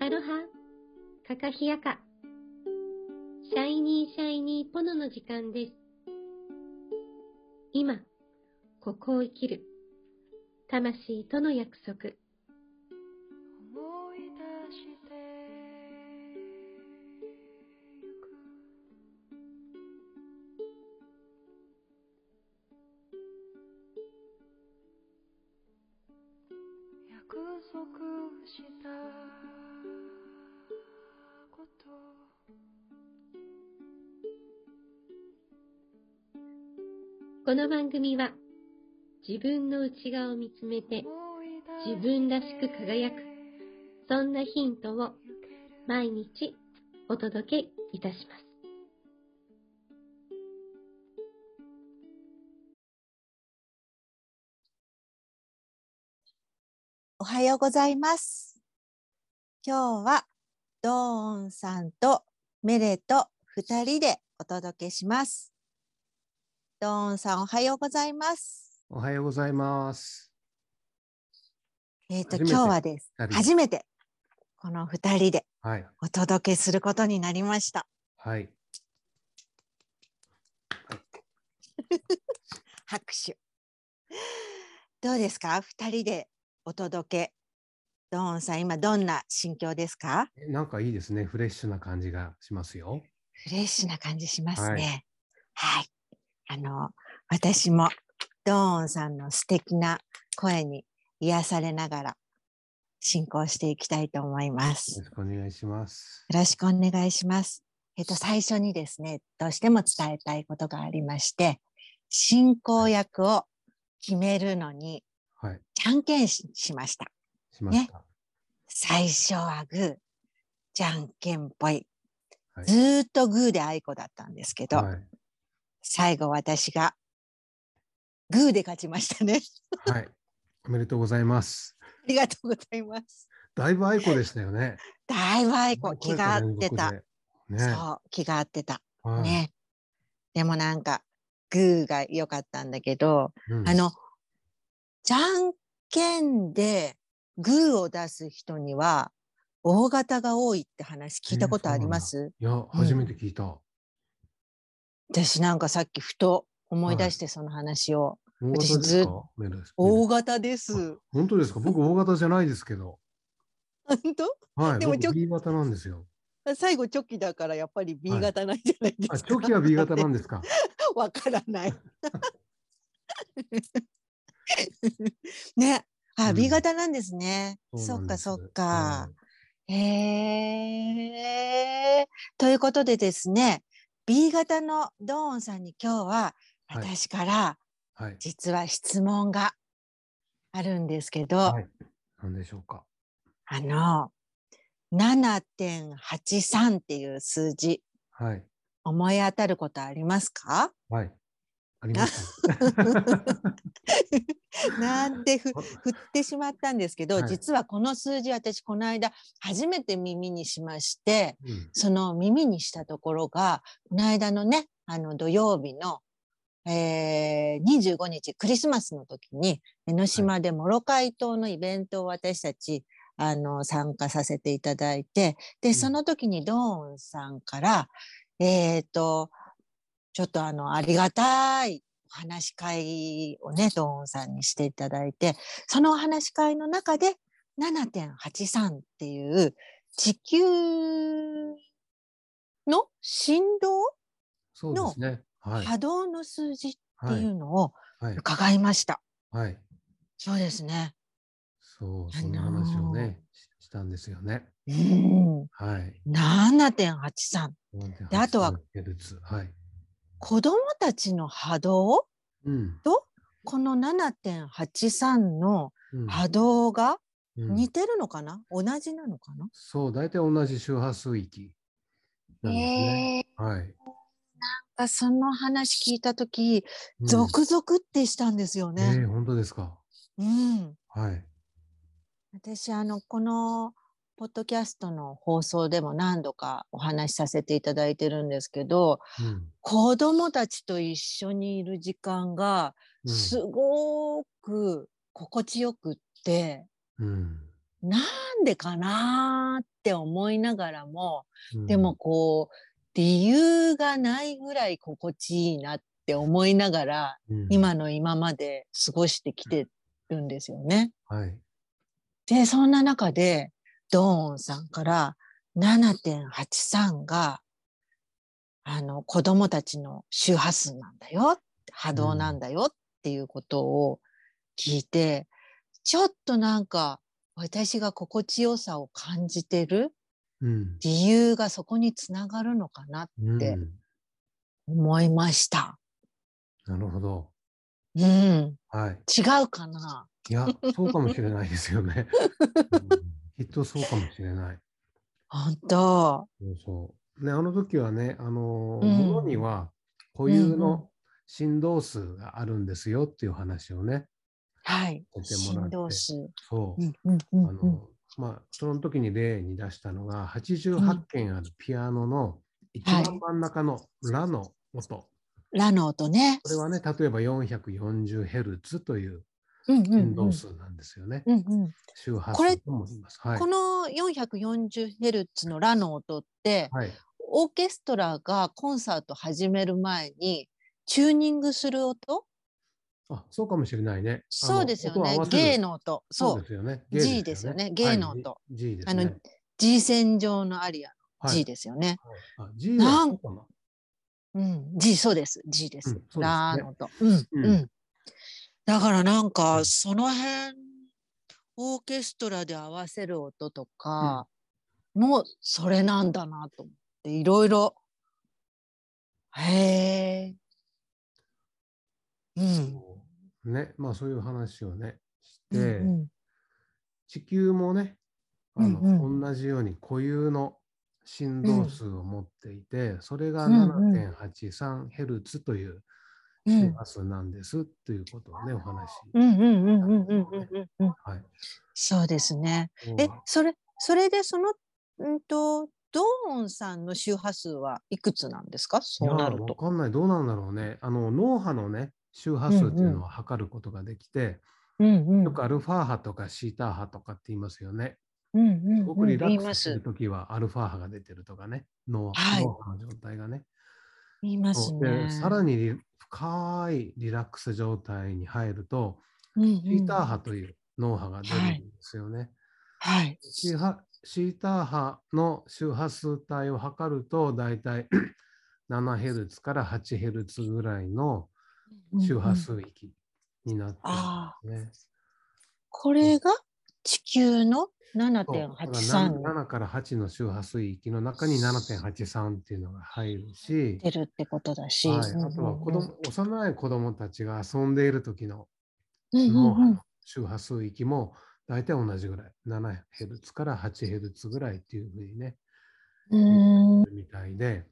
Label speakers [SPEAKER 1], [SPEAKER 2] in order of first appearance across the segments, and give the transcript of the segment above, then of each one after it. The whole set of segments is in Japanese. [SPEAKER 1] アロハ、カカヒヤカ。シャイニーシャイニーポノの時間です。今、ここを生きる。魂との約束。
[SPEAKER 2] 思い出してゆく約束したこと
[SPEAKER 1] この番組は、自分の内側を見つめて、
[SPEAKER 2] 思い出して
[SPEAKER 1] 自分らしく輝くそんなヒントを
[SPEAKER 2] ゆける
[SPEAKER 1] 毎日お届けいたします。
[SPEAKER 3] おはようございます。今日はドーンさんとメレと2人でお届けします。ドーンさんおはようございます。
[SPEAKER 4] おはようございます。
[SPEAKER 3] えっ、と
[SPEAKER 4] 初めて
[SPEAKER 3] 今日はです。
[SPEAKER 4] 二人
[SPEAKER 3] 初めてこの2人で
[SPEAKER 4] はい。
[SPEAKER 3] お届けすることになりました。
[SPEAKER 4] はい。
[SPEAKER 3] 拍手。どうですか ?2 人でお届け。ドーンさん今どんな心境ですか
[SPEAKER 4] えなんかいいですね。フレッシュな感じがしますよ。
[SPEAKER 3] フレッシュな感じしますね。はい。あの、私もドーンさんの素敵な声に癒されながら進行していきたいと思います。
[SPEAKER 4] よ
[SPEAKER 3] よ
[SPEAKER 4] ろしくお願いします。
[SPEAKER 3] ろしくお願いします。えっと、最初にですね、どうしても伝えたいことがありまして、進行役を決めるのに、
[SPEAKER 4] はい。
[SPEAKER 3] じゃんけんししました。
[SPEAKER 4] しました。
[SPEAKER 3] 最初はグー、じゃんけんぽい。
[SPEAKER 4] はい
[SPEAKER 3] ずーっとグーであいこだったんですけど、
[SPEAKER 4] はい。
[SPEAKER 3] 最後私がグーで勝ちましたね。
[SPEAKER 4] はい。おめでとうございます。
[SPEAKER 3] ありがとうございます。
[SPEAKER 4] だいぶアイコでしたよ ね。
[SPEAKER 3] だいぶあいこ
[SPEAKER 4] だいぶ
[SPEAKER 3] 気が合ってた。
[SPEAKER 4] 連続でね。
[SPEAKER 3] そう、気が合ってた。
[SPEAKER 4] はい
[SPEAKER 3] ね。でもなんか、グーが良かったんだけど、
[SPEAKER 4] うん
[SPEAKER 3] あの、じゃんけんでグーを出す人には、大型が多いって話聞いたことあります、
[SPEAKER 4] いや、初めて聞いた。
[SPEAKER 3] 私なんかさっきふと思い出してその話を、
[SPEAKER 4] 大
[SPEAKER 3] 私
[SPEAKER 4] 型で
[SPEAKER 3] ずっ
[SPEAKER 4] すかメルです
[SPEAKER 3] 大型です。
[SPEAKER 4] 本当ですか僕、大型じゃないですけど。
[SPEAKER 3] 本当
[SPEAKER 4] はい。
[SPEAKER 3] でもちょ
[SPEAKER 4] 僕 B 型なんですよ。
[SPEAKER 3] 最後チョキだからやっぱり B
[SPEAKER 4] はい
[SPEAKER 3] 型なんじゃないですか、
[SPEAKER 4] あ、チョキは B 型なん
[SPEAKER 3] で
[SPEAKER 4] ですか。
[SPEAKER 3] わからない。 ね、あ、
[SPEAKER 4] うん
[SPEAKER 3] B 型なんですね。そ
[SPEAKER 4] な
[SPEAKER 3] っ
[SPEAKER 4] ん
[SPEAKER 3] か
[SPEAKER 4] です
[SPEAKER 3] そっか。。へえ。ということでですね、B 型のドーンさんに今日は
[SPEAKER 4] はい
[SPEAKER 3] 私から
[SPEAKER 4] うんはい。
[SPEAKER 3] 実は質問があるんですけど、
[SPEAKER 4] はい。なんでしょうか。
[SPEAKER 3] あの、7.83っていう数字、
[SPEAKER 4] はい。
[SPEAKER 3] 思い当たることありますか
[SPEAKER 4] はい。あります、ね。
[SPEAKER 3] なんて ふ振ってしまったんですけど、
[SPEAKER 4] はい
[SPEAKER 3] 実はこの数字私この間初めて耳にしまして
[SPEAKER 4] うん
[SPEAKER 3] その耳にしたところがこの間のねあの土曜日の、えー25日クリスマスの時に江ノ島でモロカイ島のイベントを私たちあの参加させていただいてで
[SPEAKER 4] ん
[SPEAKER 3] その時にドーンさんから、えっ、とちょっとあのありがたいお話し会をね、ドーンさんにしていただいて、そのお話し会の中で7.83っていう地球の振動、
[SPEAKER 4] そうですね。はい。
[SPEAKER 3] 波動の数字って
[SPEAKER 4] はいい。
[SPEAKER 3] うのを
[SPEAKER 4] はい。
[SPEAKER 3] 伺いました。
[SPEAKER 4] はい。
[SPEAKER 3] そうですね。
[SPEAKER 4] そう、
[SPEAKER 3] あのー
[SPEAKER 4] そんな話をね、ししたんですよね。
[SPEAKER 3] うん。
[SPEAKER 4] はい。
[SPEAKER 3] 7.83。であとは
[SPEAKER 4] ヘルツ。はい。
[SPEAKER 3] 子供たちの波動
[SPEAKER 4] うん。
[SPEAKER 3] この7.83の
[SPEAKER 4] うん
[SPEAKER 3] 波動が
[SPEAKER 4] うん
[SPEAKER 3] 似てるのかな、同じなのかな
[SPEAKER 4] そう、大体同じ周波数域なんですね。はい。
[SPEAKER 3] あその話聞いた時、
[SPEAKER 4] うん
[SPEAKER 3] ゾクゾクってしたんですよ
[SPEAKER 4] え
[SPEAKER 3] ね。
[SPEAKER 4] ー本当ですか。
[SPEAKER 3] うん。
[SPEAKER 4] はい。
[SPEAKER 3] 私、あの、この、ポッドキャストの放送でも何度かお話しさせていただいてるんですけど、
[SPEAKER 4] うん。
[SPEAKER 3] 子供たちと一緒にいる時間が、
[SPEAKER 4] うん
[SPEAKER 3] すごく心地よくって、
[SPEAKER 4] うん。
[SPEAKER 3] なんなんでかなって思いながらも、
[SPEAKER 4] うん
[SPEAKER 3] でも、こう、理由がないぐらい心地いいなって思いながら、
[SPEAKER 4] うん、
[SPEAKER 3] 今の今まで過ごしてきてるんですよね。
[SPEAKER 4] はい。
[SPEAKER 3] で、そんな中で、ドーンさんから7.83が、あの、子供たちの周波数なんだよ、波動なんだよっていうことを聞いて、ちょっとなんか、私が心地よさを感じてる
[SPEAKER 4] うん。
[SPEAKER 3] 理由がそこにつながるのかなと
[SPEAKER 4] うん
[SPEAKER 3] で思いました。
[SPEAKER 4] なるほど。
[SPEAKER 3] うん。
[SPEAKER 4] はい。
[SPEAKER 3] 違うかない
[SPEAKER 4] や、そうかもしれないですよ ね。うん、きっとそうかもしれない。
[SPEAKER 3] 本当。
[SPEAKER 4] そうそう。ね、あの時はね、あのー、
[SPEAKER 3] うん
[SPEAKER 4] ものには固有
[SPEAKER 3] うんうん
[SPEAKER 4] の振動数があるんですよっていう話をね、
[SPEAKER 3] はい。
[SPEAKER 4] させてもら
[SPEAKER 3] 振
[SPEAKER 4] って。
[SPEAKER 3] 動数。
[SPEAKER 4] そう。
[SPEAKER 3] うんうんう
[SPEAKER 4] あ
[SPEAKER 3] んうん
[SPEAKER 4] の、まあ、その時に例に出したのが、88件あるピアノの一
[SPEAKER 3] はい
[SPEAKER 4] 番真ん中のラの音。
[SPEAKER 3] ラの音ね。
[SPEAKER 4] これはね、例えば 440Hz という
[SPEAKER 3] うんうん
[SPEAKER 4] 振
[SPEAKER 3] うん
[SPEAKER 4] 動数なんですよね。
[SPEAKER 3] うんうん
[SPEAKER 4] 周波
[SPEAKER 3] これ
[SPEAKER 4] 数とも言います。はい
[SPEAKER 3] こ。の 440Hz のラの音って、
[SPEAKER 4] はい。
[SPEAKER 3] オーケストラがコンサート始める前にチューニングする音
[SPEAKER 4] あ、そうかもしれないね。あの
[SPEAKER 3] そうですよ
[SPEAKER 4] 音を合
[SPEAKER 3] ね
[SPEAKER 4] わ。せる
[SPEAKER 3] 芸の音。
[SPEAKER 4] そ
[SPEAKER 3] そ
[SPEAKER 4] う
[SPEAKER 3] う
[SPEAKER 4] で。すよね。
[SPEAKER 3] G ですよね
[SPEAKER 4] はい
[SPEAKER 3] 芸の音
[SPEAKER 4] G G で
[SPEAKER 3] あ
[SPEAKER 4] す
[SPEAKER 3] の
[SPEAKER 4] ね。、
[SPEAKER 3] G 線上のアリア
[SPEAKER 4] は
[SPEAKER 3] の
[SPEAKER 4] い
[SPEAKER 3] G ですよね。
[SPEAKER 4] あ G は
[SPEAKER 3] なん
[SPEAKER 4] そうかな。
[SPEAKER 3] うん、G そうです。G で
[SPEAKER 4] うん
[SPEAKER 3] す
[SPEAKER 4] そうです。ね
[SPEAKER 3] ラーの音。うん、
[SPEAKER 4] うん
[SPEAKER 3] うん。だからなん
[SPEAKER 4] う
[SPEAKER 3] か
[SPEAKER 4] ん
[SPEAKER 3] その辺オーケストラで合わせる音とかもそれなんだなと思っていろいろ。へえ。うん。
[SPEAKER 4] そうね、まあそういう話をね、し
[SPEAKER 3] う
[SPEAKER 4] て、
[SPEAKER 3] ん
[SPEAKER 4] 地球もね、あの、
[SPEAKER 3] うん
[SPEAKER 4] 同じように固有の振動数を持っていて、それが
[SPEAKER 3] うんう
[SPEAKER 4] 7.83Hz という
[SPEAKER 3] うん
[SPEAKER 4] 周波数なんですということをね、お話し。
[SPEAKER 3] うんうんうんうんうんうんうんうん。
[SPEAKER 4] はい。
[SPEAKER 3] そうですね。
[SPEAKER 4] そう
[SPEAKER 3] え、それ、それでその、うんと、ドーンさんの周波数はいくつなんですかそうなる
[SPEAKER 4] いやーわ
[SPEAKER 3] と。
[SPEAKER 4] かんない。どうなんだろうね。あの、脳波のね、周波数っていうのは測ることができて、
[SPEAKER 3] うんうん。
[SPEAKER 4] よくアルファ波とかシータ波とかって言いますよね。
[SPEAKER 3] うんうん
[SPEAKER 4] すごくリラ
[SPEAKER 3] 言
[SPEAKER 4] ッ
[SPEAKER 3] い
[SPEAKER 4] ク
[SPEAKER 3] ま
[SPEAKER 4] スする
[SPEAKER 3] す。
[SPEAKER 4] ときはアルファ波が出てるとかね、脳,、
[SPEAKER 3] はい
[SPEAKER 4] 脳波の状態がね。
[SPEAKER 3] 言います
[SPEAKER 4] そうで
[SPEAKER 3] ね。
[SPEAKER 4] さらにリ深いリラックス状態に入ると、
[SPEAKER 3] うんうん、
[SPEAKER 4] シータ波という脳波が出るんですよね。
[SPEAKER 3] はい。
[SPEAKER 4] シーハシータ波の周波数帯を測ると、だいた い 7Hz から 8Hz ぐらいの周波
[SPEAKER 3] うんうん。
[SPEAKER 4] 数域になって
[SPEAKER 3] ああ、
[SPEAKER 4] るんですね。
[SPEAKER 3] これが地球の
[SPEAKER 4] そうだから
[SPEAKER 3] 7.83
[SPEAKER 4] 7, 7から8の周波数域の中に7.83っていうのが入るし、
[SPEAKER 3] 出るってことだし。
[SPEAKER 4] はい、
[SPEAKER 3] うんうんうん
[SPEAKER 4] あとは子供、幼い子供たちが遊んでいる時の
[SPEAKER 3] うんう
[SPEAKER 4] 脳
[SPEAKER 3] ん
[SPEAKER 4] 波
[SPEAKER 3] う
[SPEAKER 4] の
[SPEAKER 3] ん。
[SPEAKER 4] 周波数域も大体同じぐらい、7Hz から 8Hz ぐらいっていうふうにね、
[SPEAKER 3] うん。
[SPEAKER 4] みたいで、
[SPEAKER 3] なる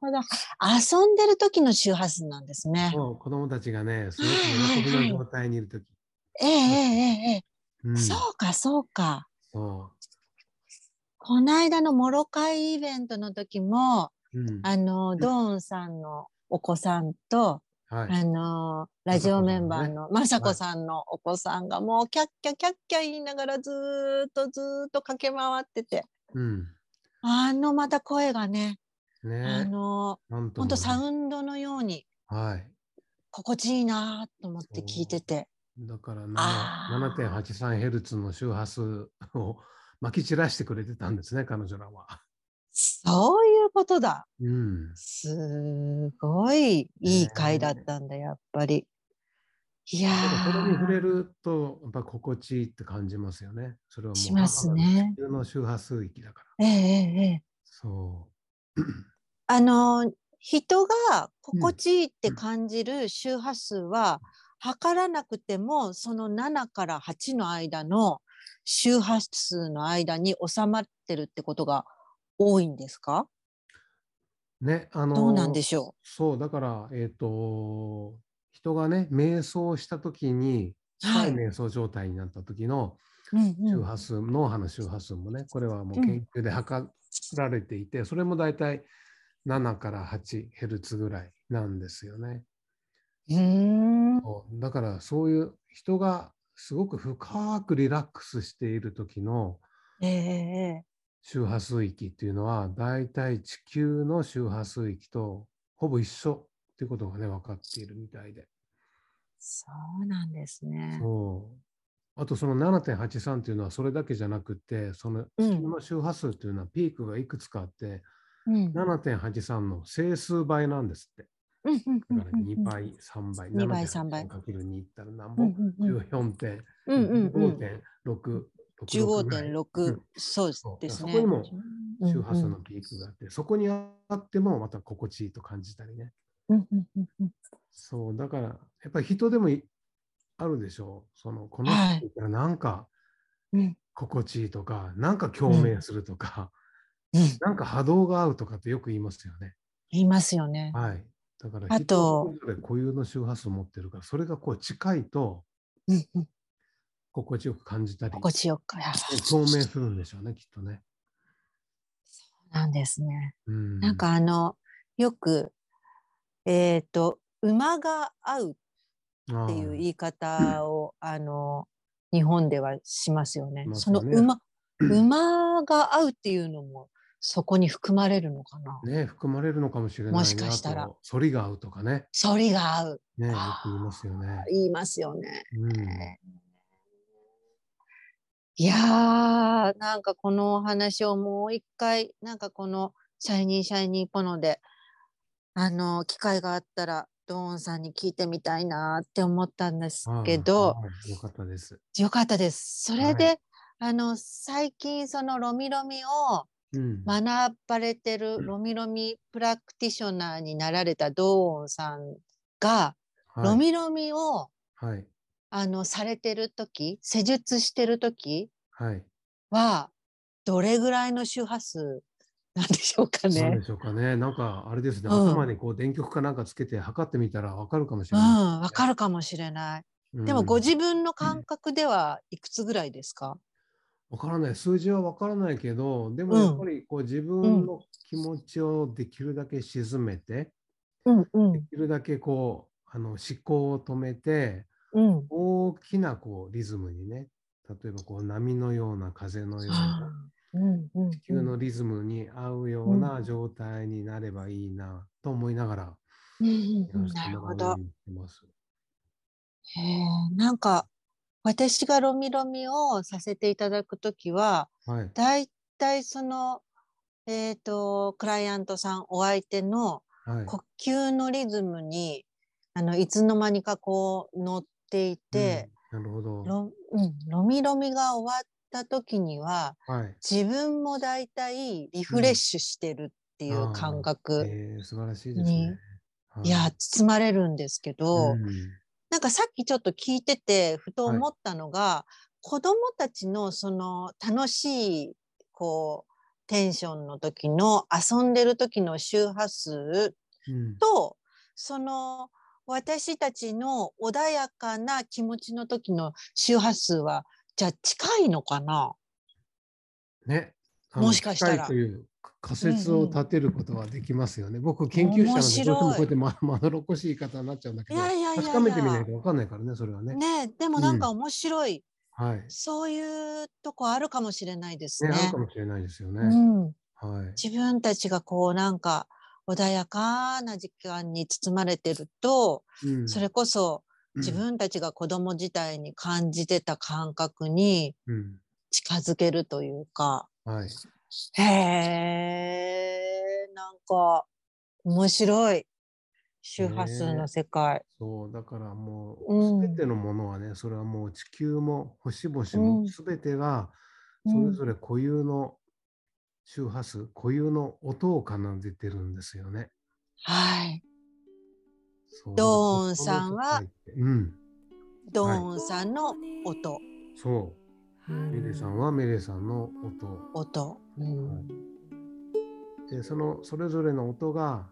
[SPEAKER 3] ほど。遊んでる時の周波数なんですね。
[SPEAKER 4] そう子供たちがね、す
[SPEAKER 3] はい
[SPEAKER 4] ごく喜
[SPEAKER 3] はいは
[SPEAKER 4] び
[SPEAKER 3] い
[SPEAKER 4] の状態にいる時、
[SPEAKER 3] ええええええ。
[SPEAKER 4] うん、
[SPEAKER 3] そうかそうか。
[SPEAKER 4] そ
[SPEAKER 3] この間のモロカイイベントの時も、
[SPEAKER 4] う。うん、
[SPEAKER 3] あの、ドーンさんのお子さんと、
[SPEAKER 4] はい。
[SPEAKER 3] あのーラジオメンバーのまさ
[SPEAKER 4] さ
[SPEAKER 3] こ
[SPEAKER 4] こ
[SPEAKER 3] さんのお子さんがもうキャッキャキャッキャ言いながらずーっとずーっと駆け回ってて
[SPEAKER 4] うん。
[SPEAKER 3] あのまた声がね、あ
[SPEAKER 4] ね
[SPEAKER 3] の
[SPEAKER 4] なん
[SPEAKER 3] ー、ほんとサ
[SPEAKER 4] ン
[SPEAKER 3] ウンドのように
[SPEAKER 4] はい。
[SPEAKER 3] 心地いいなーと思って聞いてて
[SPEAKER 4] だから
[SPEAKER 3] あー
[SPEAKER 4] 7.83Hz の周波数をまき散らしてくれてたんですね、彼女らは。
[SPEAKER 3] そういうことだ
[SPEAKER 4] うん。
[SPEAKER 3] すごいいい回だったんだやっぱりいや
[SPEAKER 4] だからそれに
[SPEAKER 3] ー
[SPEAKER 4] 触れると、やっぱ心地いいって感じますよね。それはもう
[SPEAKER 3] しますね
[SPEAKER 4] 母の地球の周波数域だから。
[SPEAKER 3] ええええ
[SPEAKER 4] そ
[SPEAKER 3] あの人が心地いいって感じる周波数は、測らなくてもその7から8の間の周波数の間に収まってるってことが多いんですか
[SPEAKER 4] う。ね、あの
[SPEAKER 3] どうなんでしょ
[SPEAKER 4] そう、だから、えっ、と、人がね、瞑想したときに、
[SPEAKER 3] は
[SPEAKER 4] 深
[SPEAKER 3] い
[SPEAKER 4] い瞑想状態になった時の
[SPEAKER 3] う、うんうん
[SPEAKER 4] 周波数、脳波の周波数もね、これはもう研究で測られていて、それも大体7から 8Hz ぐらいなんですよね。
[SPEAKER 3] うーん
[SPEAKER 4] そうだからそういう人がすごく深くリラックスしている時の
[SPEAKER 3] ええ
[SPEAKER 4] 周波数域っていうのはだいたい地球の周波数域とほぼ一緒っていうことがね分かっているみたいで。
[SPEAKER 3] そうなんですね。
[SPEAKER 4] そうあとその7.83っていうのはそれだけじゃなくてその
[SPEAKER 3] うん
[SPEAKER 4] 地球の周波数っていうのはピークがいくつかあって、
[SPEAKER 3] うん
[SPEAKER 4] 7.83の整数倍なんですって。
[SPEAKER 3] うんうんう
[SPEAKER 4] だ
[SPEAKER 3] ん
[SPEAKER 4] から2倍、3倍、
[SPEAKER 3] 2倍3倍
[SPEAKER 4] かける2いったら何
[SPEAKER 3] うん
[SPEAKER 4] 本
[SPEAKER 3] うんうん
[SPEAKER 4] ?14 点、
[SPEAKER 3] うんうんうん
[SPEAKER 4] 15.6、
[SPEAKER 3] 十五点
[SPEAKER 4] 15.6
[SPEAKER 3] 六
[SPEAKER 4] ん、
[SPEAKER 3] そう
[SPEAKER 4] そう
[SPEAKER 3] ですね。
[SPEAKER 4] そこにも周波数
[SPEAKER 3] うん
[SPEAKER 4] のピークがあって、そこにあってもまた心地いいと感じたりね。
[SPEAKER 3] うんうんうんうん
[SPEAKER 4] そう、だから、やっぱり人でもいあるでしょう。その、この
[SPEAKER 3] はい
[SPEAKER 4] 人いたらなんか
[SPEAKER 3] うん
[SPEAKER 4] 心地いいとか、なんか共鳴するとか、
[SPEAKER 3] うん
[SPEAKER 4] なんか波動が合うとかってよく言いますよね。
[SPEAKER 3] 言いますよね。
[SPEAKER 4] はい。だから、
[SPEAKER 3] あと、
[SPEAKER 4] 固有の周波数を持ってるから、それがこう近いと
[SPEAKER 3] うんうん
[SPEAKER 4] 心地よく感じたり、
[SPEAKER 3] 心地よく。あ
[SPEAKER 4] 共鳴するんでしょうね、きっとね。
[SPEAKER 3] なんですね。
[SPEAKER 4] うん。
[SPEAKER 3] なんかあの、よく、えっ、と、馬が合う
[SPEAKER 4] ああ、
[SPEAKER 3] っていう言い方を、あの、日本ではしますよね。
[SPEAKER 4] ます
[SPEAKER 3] そ
[SPEAKER 4] よ
[SPEAKER 3] の
[SPEAKER 4] ね
[SPEAKER 3] 馬、馬が合うっていうのも、そこに含まれるのかな。
[SPEAKER 4] ね、含まれるのかもしれないね
[SPEAKER 3] もしかしたら
[SPEAKER 4] あと反りが合うとかね。
[SPEAKER 3] 反りが合う。
[SPEAKER 4] ね、よ
[SPEAKER 3] あー
[SPEAKER 4] く言いますよね。
[SPEAKER 3] 言いますよね。
[SPEAKER 4] うん。
[SPEAKER 3] いやー、なんかこのお話をもう一回、なんかこのシャイニーシャイニーポノで、あの、機会があったら、ドーンさんに聞いてみたいなって思ったんですけど、
[SPEAKER 4] はいはいよかったです。
[SPEAKER 3] よかったです。それで、
[SPEAKER 4] は
[SPEAKER 3] あの、最近そのロミロミを
[SPEAKER 4] うん。
[SPEAKER 3] 学ばれてる
[SPEAKER 4] うん
[SPEAKER 3] ロミロミプラクティショナーになられたドーンさんが、
[SPEAKER 4] はい
[SPEAKER 3] ロミロミを
[SPEAKER 4] はい。
[SPEAKER 3] あの、されてる時、施術してる時
[SPEAKER 4] はい。
[SPEAKER 3] は、どれぐらいの周波数なんでしょうか
[SPEAKER 4] なん
[SPEAKER 3] ね
[SPEAKER 4] で。しょうかね。なんか、あれですね。
[SPEAKER 3] うん
[SPEAKER 4] 頭にこう電極かなんかつけて測ってみたらわかるかもし
[SPEAKER 3] う
[SPEAKER 4] れ
[SPEAKER 3] ん、
[SPEAKER 4] ない。
[SPEAKER 3] わかるかもしれない。
[SPEAKER 4] うん
[SPEAKER 3] でも、ご自分の感覚ではいくつぐらいですか
[SPEAKER 4] わからない。数字はわからないけど、でもやっぱりこう自分の気持ちをできるだけ沈めて、
[SPEAKER 3] うん、う
[SPEAKER 4] で。きるだけこう、あの思考を止めて、
[SPEAKER 3] うん。
[SPEAKER 4] 大きなこうリズムにね、例えばこう波のような風のよう
[SPEAKER 3] あ
[SPEAKER 4] な
[SPEAKER 3] ーうん、うん。
[SPEAKER 4] 地球のリズムに合うような状態になればいいなと思いながら、
[SPEAKER 3] うんうん
[SPEAKER 4] や
[SPEAKER 3] うん
[SPEAKER 4] らせて
[SPEAKER 3] なる
[SPEAKER 4] も
[SPEAKER 3] ほ
[SPEAKER 4] らう
[SPEAKER 3] ど
[SPEAKER 4] よう。にしてます。
[SPEAKER 3] へーなんか、私がロミロミをさせていただくときは、
[SPEAKER 4] はい。
[SPEAKER 3] だいたいその、えっ、と、クライアントさん、お相手の、
[SPEAKER 4] はい。
[SPEAKER 3] 呼吸のリズムにあのいつの間にかこう乗っていて、
[SPEAKER 4] うん、なるほど。
[SPEAKER 3] ロうん、ロミロミが終わった時には
[SPEAKER 4] はい。
[SPEAKER 3] 自分もだいたいリフレッシュしてるってい
[SPEAKER 4] あ
[SPEAKER 3] う
[SPEAKER 4] ー
[SPEAKER 3] 感覚、
[SPEAKER 4] えー、素晴らしいですね
[SPEAKER 3] に。いや包まれるんですけど、
[SPEAKER 4] はい、うん
[SPEAKER 3] なんかさっきちょっと聞いててふと
[SPEAKER 4] はい
[SPEAKER 3] 思ったのが、子供たちのその楽しいこうテンションの時の遊んでる時の周波数
[SPEAKER 4] うん
[SPEAKER 3] とその私たちの穏やかな気持ちの時の周波数はじゃあ近いのかな
[SPEAKER 4] ね。あの
[SPEAKER 3] もしかしたら
[SPEAKER 4] 近いという仮説を立てることはできますよね。僕、研究者
[SPEAKER 3] 面
[SPEAKER 4] なんで、どうして
[SPEAKER 3] 白い
[SPEAKER 4] もこうやってままどろっこしい言い方になっちゃうんだけど、
[SPEAKER 3] いやいやいやいや
[SPEAKER 4] 確かめてみないとわかんないからね、それはね。
[SPEAKER 3] ねえでもなんか面白い、
[SPEAKER 4] はい。ね
[SPEAKER 3] そういうとこあるかもしれないですね。
[SPEAKER 4] あるかもしれないですよね。
[SPEAKER 3] うん、
[SPEAKER 4] はい。
[SPEAKER 3] 自分たちがこうなんか穏やかな時間に包まれてると、
[SPEAKER 4] うん
[SPEAKER 3] それこそ
[SPEAKER 4] うん
[SPEAKER 3] 自分たちが子供時代に感じてた感覚に
[SPEAKER 4] うん
[SPEAKER 3] 近づけるというか、
[SPEAKER 4] はい。
[SPEAKER 3] へえ、なんか、面白い。周波数の世界。
[SPEAKER 4] そう、だからも
[SPEAKER 3] うん
[SPEAKER 4] う、すべてのものはね、それはもう地球も星々
[SPEAKER 3] う
[SPEAKER 4] も
[SPEAKER 3] ん
[SPEAKER 4] すべてが、
[SPEAKER 3] う
[SPEAKER 4] そ
[SPEAKER 3] ん
[SPEAKER 4] れぞれ固有の周波数、固有の音を奏でてるんですよね。
[SPEAKER 3] はい。
[SPEAKER 4] そう
[SPEAKER 3] ドーンさんは、
[SPEAKER 4] うん、
[SPEAKER 3] ド
[SPEAKER 4] はい
[SPEAKER 3] ーンさんの音、
[SPEAKER 4] そうう、
[SPEAKER 3] ん
[SPEAKER 4] メレさんはメレさんの音。
[SPEAKER 3] 音。うん
[SPEAKER 4] はいで、そのそれぞれの音が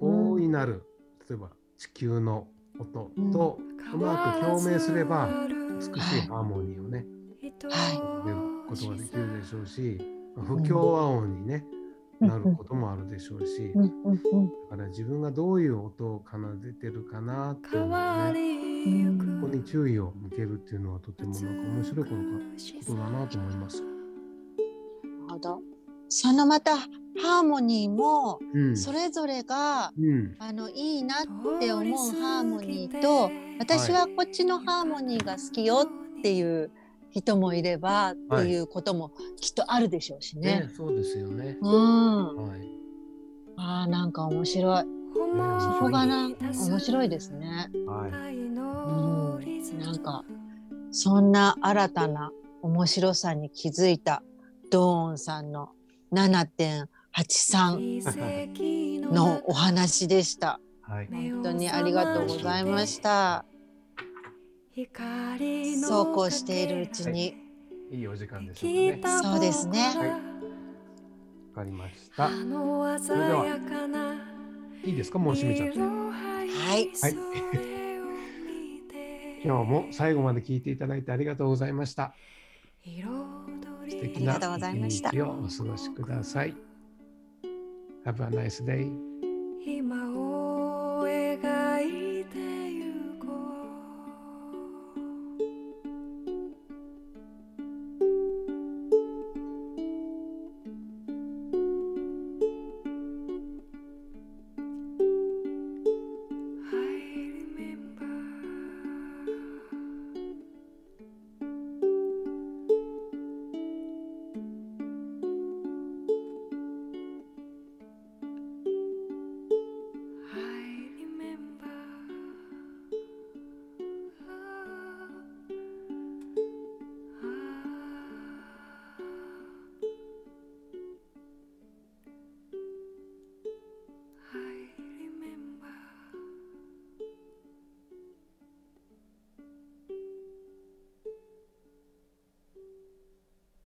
[SPEAKER 4] 大いなる、例えば地球の音とう
[SPEAKER 2] う
[SPEAKER 4] ま
[SPEAKER 2] まく
[SPEAKER 4] く
[SPEAKER 2] 共
[SPEAKER 4] 共鳴
[SPEAKER 2] 鳴
[SPEAKER 4] す
[SPEAKER 2] す
[SPEAKER 4] れ
[SPEAKER 2] れ
[SPEAKER 4] ば
[SPEAKER 2] ば
[SPEAKER 4] 美し
[SPEAKER 2] 美
[SPEAKER 4] いハーモニーをね、
[SPEAKER 2] しい出る
[SPEAKER 4] 出ることができるでしょうし、
[SPEAKER 3] ん
[SPEAKER 4] 不協和音にね、
[SPEAKER 3] うん
[SPEAKER 4] なることもあるでしょうし、
[SPEAKER 3] うんうんうん
[SPEAKER 4] だから自分がどういう音を奏でてるかなっていうのをね、
[SPEAKER 2] うゆ
[SPEAKER 4] ここ
[SPEAKER 2] く
[SPEAKER 4] に注意を向けるっていうのはとてもなんか面白いことかことだなと思います。
[SPEAKER 3] なるほど。そのまたハーモニーも
[SPEAKER 4] うん、
[SPEAKER 3] それぞれが、
[SPEAKER 4] うん、
[SPEAKER 3] あのいいなって
[SPEAKER 2] て
[SPEAKER 3] 思
[SPEAKER 2] 思
[SPEAKER 3] う
[SPEAKER 2] う
[SPEAKER 3] ハ
[SPEAKER 2] ハ
[SPEAKER 3] ー
[SPEAKER 2] ー
[SPEAKER 3] モ
[SPEAKER 2] モ
[SPEAKER 3] ニ
[SPEAKER 2] ニ
[SPEAKER 3] ー
[SPEAKER 2] ーと
[SPEAKER 3] と、私
[SPEAKER 2] 私
[SPEAKER 3] は
[SPEAKER 2] は
[SPEAKER 3] こっちのハーモニーが好きよっていう人もいればって
[SPEAKER 4] はい
[SPEAKER 3] いうこともきっとあるでしょうしね。
[SPEAKER 4] ね、そうですよね。
[SPEAKER 3] うん。
[SPEAKER 4] はい。
[SPEAKER 3] あーなんか面白い。そ
[SPEAKER 2] そ
[SPEAKER 3] こ
[SPEAKER 2] こ
[SPEAKER 3] が
[SPEAKER 2] が
[SPEAKER 3] な
[SPEAKER 2] な
[SPEAKER 3] 面
[SPEAKER 2] 面
[SPEAKER 3] 白
[SPEAKER 2] 白
[SPEAKER 3] い
[SPEAKER 2] い
[SPEAKER 3] で
[SPEAKER 2] ですす
[SPEAKER 3] ね
[SPEAKER 2] ね。
[SPEAKER 4] はい。
[SPEAKER 3] ん
[SPEAKER 2] ん
[SPEAKER 3] な
[SPEAKER 2] なんん
[SPEAKER 3] か
[SPEAKER 2] か
[SPEAKER 3] そんな新たな面白さに気づいたドーンさんの7.83の
[SPEAKER 2] の
[SPEAKER 3] お
[SPEAKER 2] お話
[SPEAKER 3] 話でした。
[SPEAKER 4] はい。
[SPEAKER 3] 本
[SPEAKER 2] 本
[SPEAKER 3] 当
[SPEAKER 2] 当
[SPEAKER 3] に
[SPEAKER 2] に
[SPEAKER 3] あ
[SPEAKER 2] あ
[SPEAKER 3] り
[SPEAKER 2] り
[SPEAKER 3] が
[SPEAKER 2] が
[SPEAKER 3] と
[SPEAKER 2] とう
[SPEAKER 3] うご
[SPEAKER 2] ご
[SPEAKER 3] ざ
[SPEAKER 2] ざ
[SPEAKER 3] い
[SPEAKER 2] い
[SPEAKER 3] ま
[SPEAKER 2] ま
[SPEAKER 3] し
[SPEAKER 2] したた。
[SPEAKER 3] そ
[SPEAKER 2] そうう
[SPEAKER 3] こ
[SPEAKER 2] こ
[SPEAKER 3] う
[SPEAKER 2] う
[SPEAKER 3] し
[SPEAKER 2] してて
[SPEAKER 3] い
[SPEAKER 2] い
[SPEAKER 3] る
[SPEAKER 2] る
[SPEAKER 3] う
[SPEAKER 2] う
[SPEAKER 3] ち
[SPEAKER 2] ち
[SPEAKER 3] に
[SPEAKER 2] に
[SPEAKER 4] いいお時間ですよね。わ
[SPEAKER 2] そうですね。
[SPEAKER 3] はい
[SPEAKER 4] かりました。
[SPEAKER 2] それ
[SPEAKER 4] れで
[SPEAKER 2] で
[SPEAKER 4] は
[SPEAKER 2] はい
[SPEAKER 4] いですか、もう閉めちゃって。
[SPEAKER 2] はい。
[SPEAKER 4] はい今日も最後まで聞いていただいてありがとうございました。素敵
[SPEAKER 3] あ
[SPEAKER 4] な
[SPEAKER 3] りがとうございました
[SPEAKER 4] 一日をお過ごしください。Have a nice day.
[SPEAKER 2] 今を Ah,